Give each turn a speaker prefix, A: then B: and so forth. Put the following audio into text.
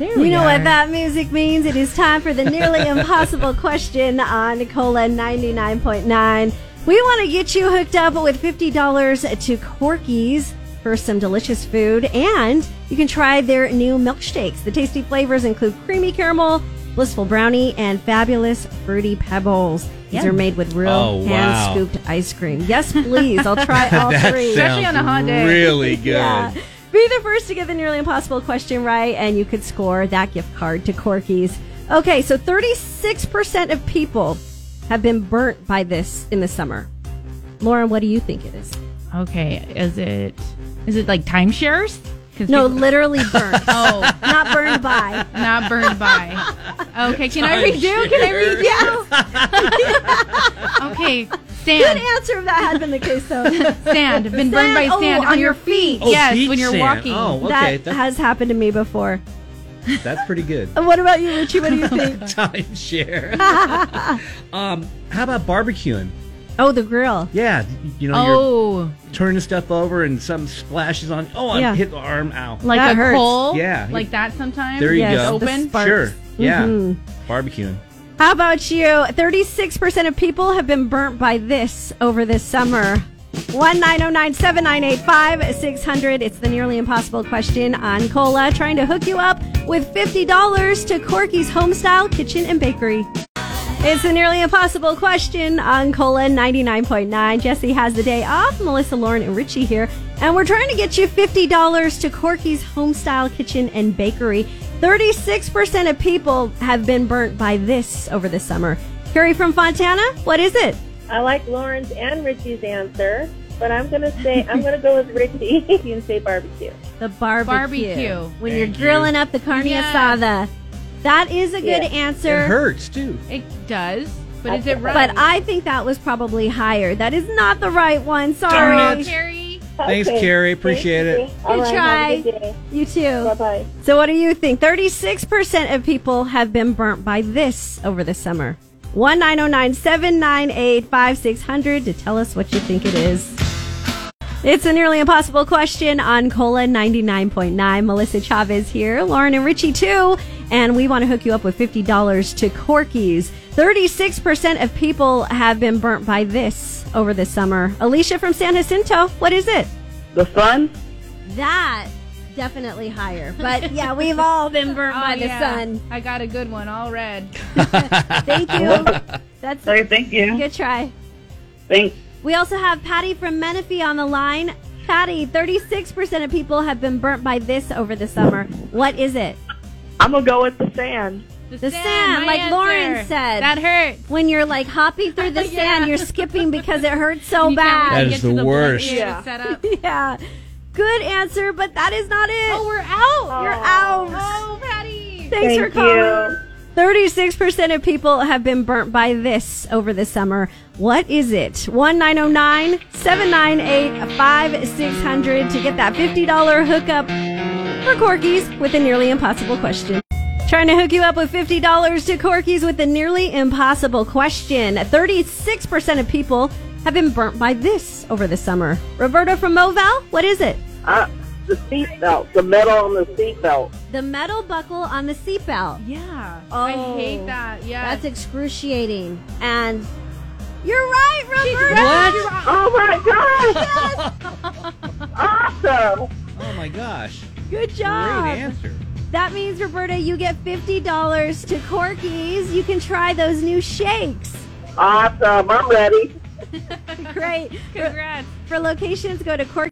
A: you know what that music means. It is time for the nearly impossible question on Cola 99.9. We want to get you hooked up with $50 to Corky's for some delicious food, and you can try their new milkshakes. The tasty flavors include creamy caramel, blissful brownie, and fabulous fruity pebbles. These
B: Yum.
A: are made with real
C: Oh, wow.
A: hand scooped ice cream. Yes, please. I'll try all
C: that
A: three.
C: sounds
B: on a hot day.
C: really good.
A: Yeah. Be the first to get the nearly impossible question right, and you could score that gift card to Corky's. Okay, so 36% of people have been burnt by this in the summer. Lauren, what do you think it is?
B: Okay, is it is it like timeshares? 'Cause
A: No,
B: people-
A: literally burnt.
B: oh,
A: Not burned by.
B: not burned by. Okay, can I redo? Can I redo?
A: Yeah.
B: Okay,
A: Good
B: sand,
A: answer if that had been the case, though.
B: sand, been burned by
A: Sand, oh,
B: sand
A: on
B: on
A: your
B: your feet.
C: Oh,
B: yes,
C: beach
B: when you're
C: sand.
B: walking.
C: Oh, okay.
A: That
C: That's,
A: has happened to me before.
C: that's pretty good.
A: And What about you, Richie? What do you think?
C: Timeshare. um, how about barbecuing?
A: Oh, the grill.
C: Yeah, you know,
B: Oh,
C: you're turning stuff over and something splashes on. Oh, I
A: Yeah.
C: hit the arm out.
B: like
A: That
B: a
A: hurts.
B: coal.
C: Yeah.
B: like that sometimes.
C: There you
A: Yes,
C: go.
A: the
B: Open?
A: sparks.
C: Sure. Yeah.
A: Mhm.
C: Barbecuing.
A: How about you? 36% of people have been burnt by this over this summer. 1-909-798-5600. It's the nearly impossible question on Cola, trying to hook you up with $50 to Corky's Homestyle Kitchen and Bakery. It's the nearly impossible question on Cola 99.9. Jesse has the day off. Melissa, Lauren, and Richie here. And we're trying to get you $50 to Corky's Homestyle Kitchen and Bakery. 36% of people have been burnt by this over the summer. Carrie from Fontana, what is it?
D: I like Lauren's and Richie's answer, but I'm gonna say I'm gonna go with Richie and say barbecue.
A: The barbecue.
B: Barbecue.
A: When
C: Thank
A: you're grilling up the carne
B: Yes.
A: asada. That is a good
D: Yeah.
A: answer.
C: It hurts too.
B: It does, but is it right?
A: But I think that was probably higher. That is not the right one. Sorry.
C: Darn it.
B: Carrie.
C: Thanks, Carrie. Appreciate it.
D: All right,
A: try.
D: Have a good day.
A: You too.
D: Bye bye.
A: So, what do you think? 36% of people have been burnt by this over the summer. oh 1 798 5600 to tell us what you think it is. It's a nearly impossible question on Cola 99.9. Melissa Chavez here, Lauren and Richie too, and we want to hook you up with $50 to Corky's. 36% of people have been burnt by this over the summer. Alicia from San Jacinto, what is it?
E: The sun?
A: That definitely higher. But yeah, we've all been burnt by
B: Oh,
A: the
B: yeah.
A: sun.
B: I got a good one, all red.
A: Thank you. That's a
E: Sorry, thank you.
A: good try.
E: Thanks.
A: We also have Patty from Menifee on the line. Patty, 36% of people have been burnt by this over the summer. What is it?
E: I'm going to go with the sand.
A: The
B: my
A: sand, like
B: answer.
A: Lauren said.
B: That hurts.
A: When you're like hopping through the
B: Yeah.
A: sand, you're skipping because it hurts so
B: You can't
A: bad.
B: really
C: That
B: get
C: is
B: to
C: the
B: point
C: worst.
B: you
E: Yeah.
B: set up.
A: yeah. Good answer, but that is not it.
B: Oh, we're out.
A: You're out.
B: Oh, Patty.
A: Thanks
D: Thank
A: for calling.
D: you.
A: 36% of people have been burnt by this over the summer. What is it? 1909 798 5600 to get that $50 hookup for Corky's with a nearly impossible question. Trying to hook you up with $50 to Corky's with a nearly impossible question. 36% of people have been burnt by this over the summer. Roberta from Moval, what is it?
E: Uh, the seatbelt, the metal on the seatbelt.
A: The metal buckle on the seatbelt.
B: Yeah.
A: Oh.
B: I hate that. Yeah.
A: That's excruciating. And you're right, Roberta.
E: Oh my gosh! awesome!
C: Oh my gosh.
A: Good
C: Great
A: job.
C: answer.
A: That means Roberta, you get fifty dollars to Corky's. You can try those new shakes.
E: Awesome! I'm ready.
A: Great. For,
B: Congrats.
A: for locations, go to Corky.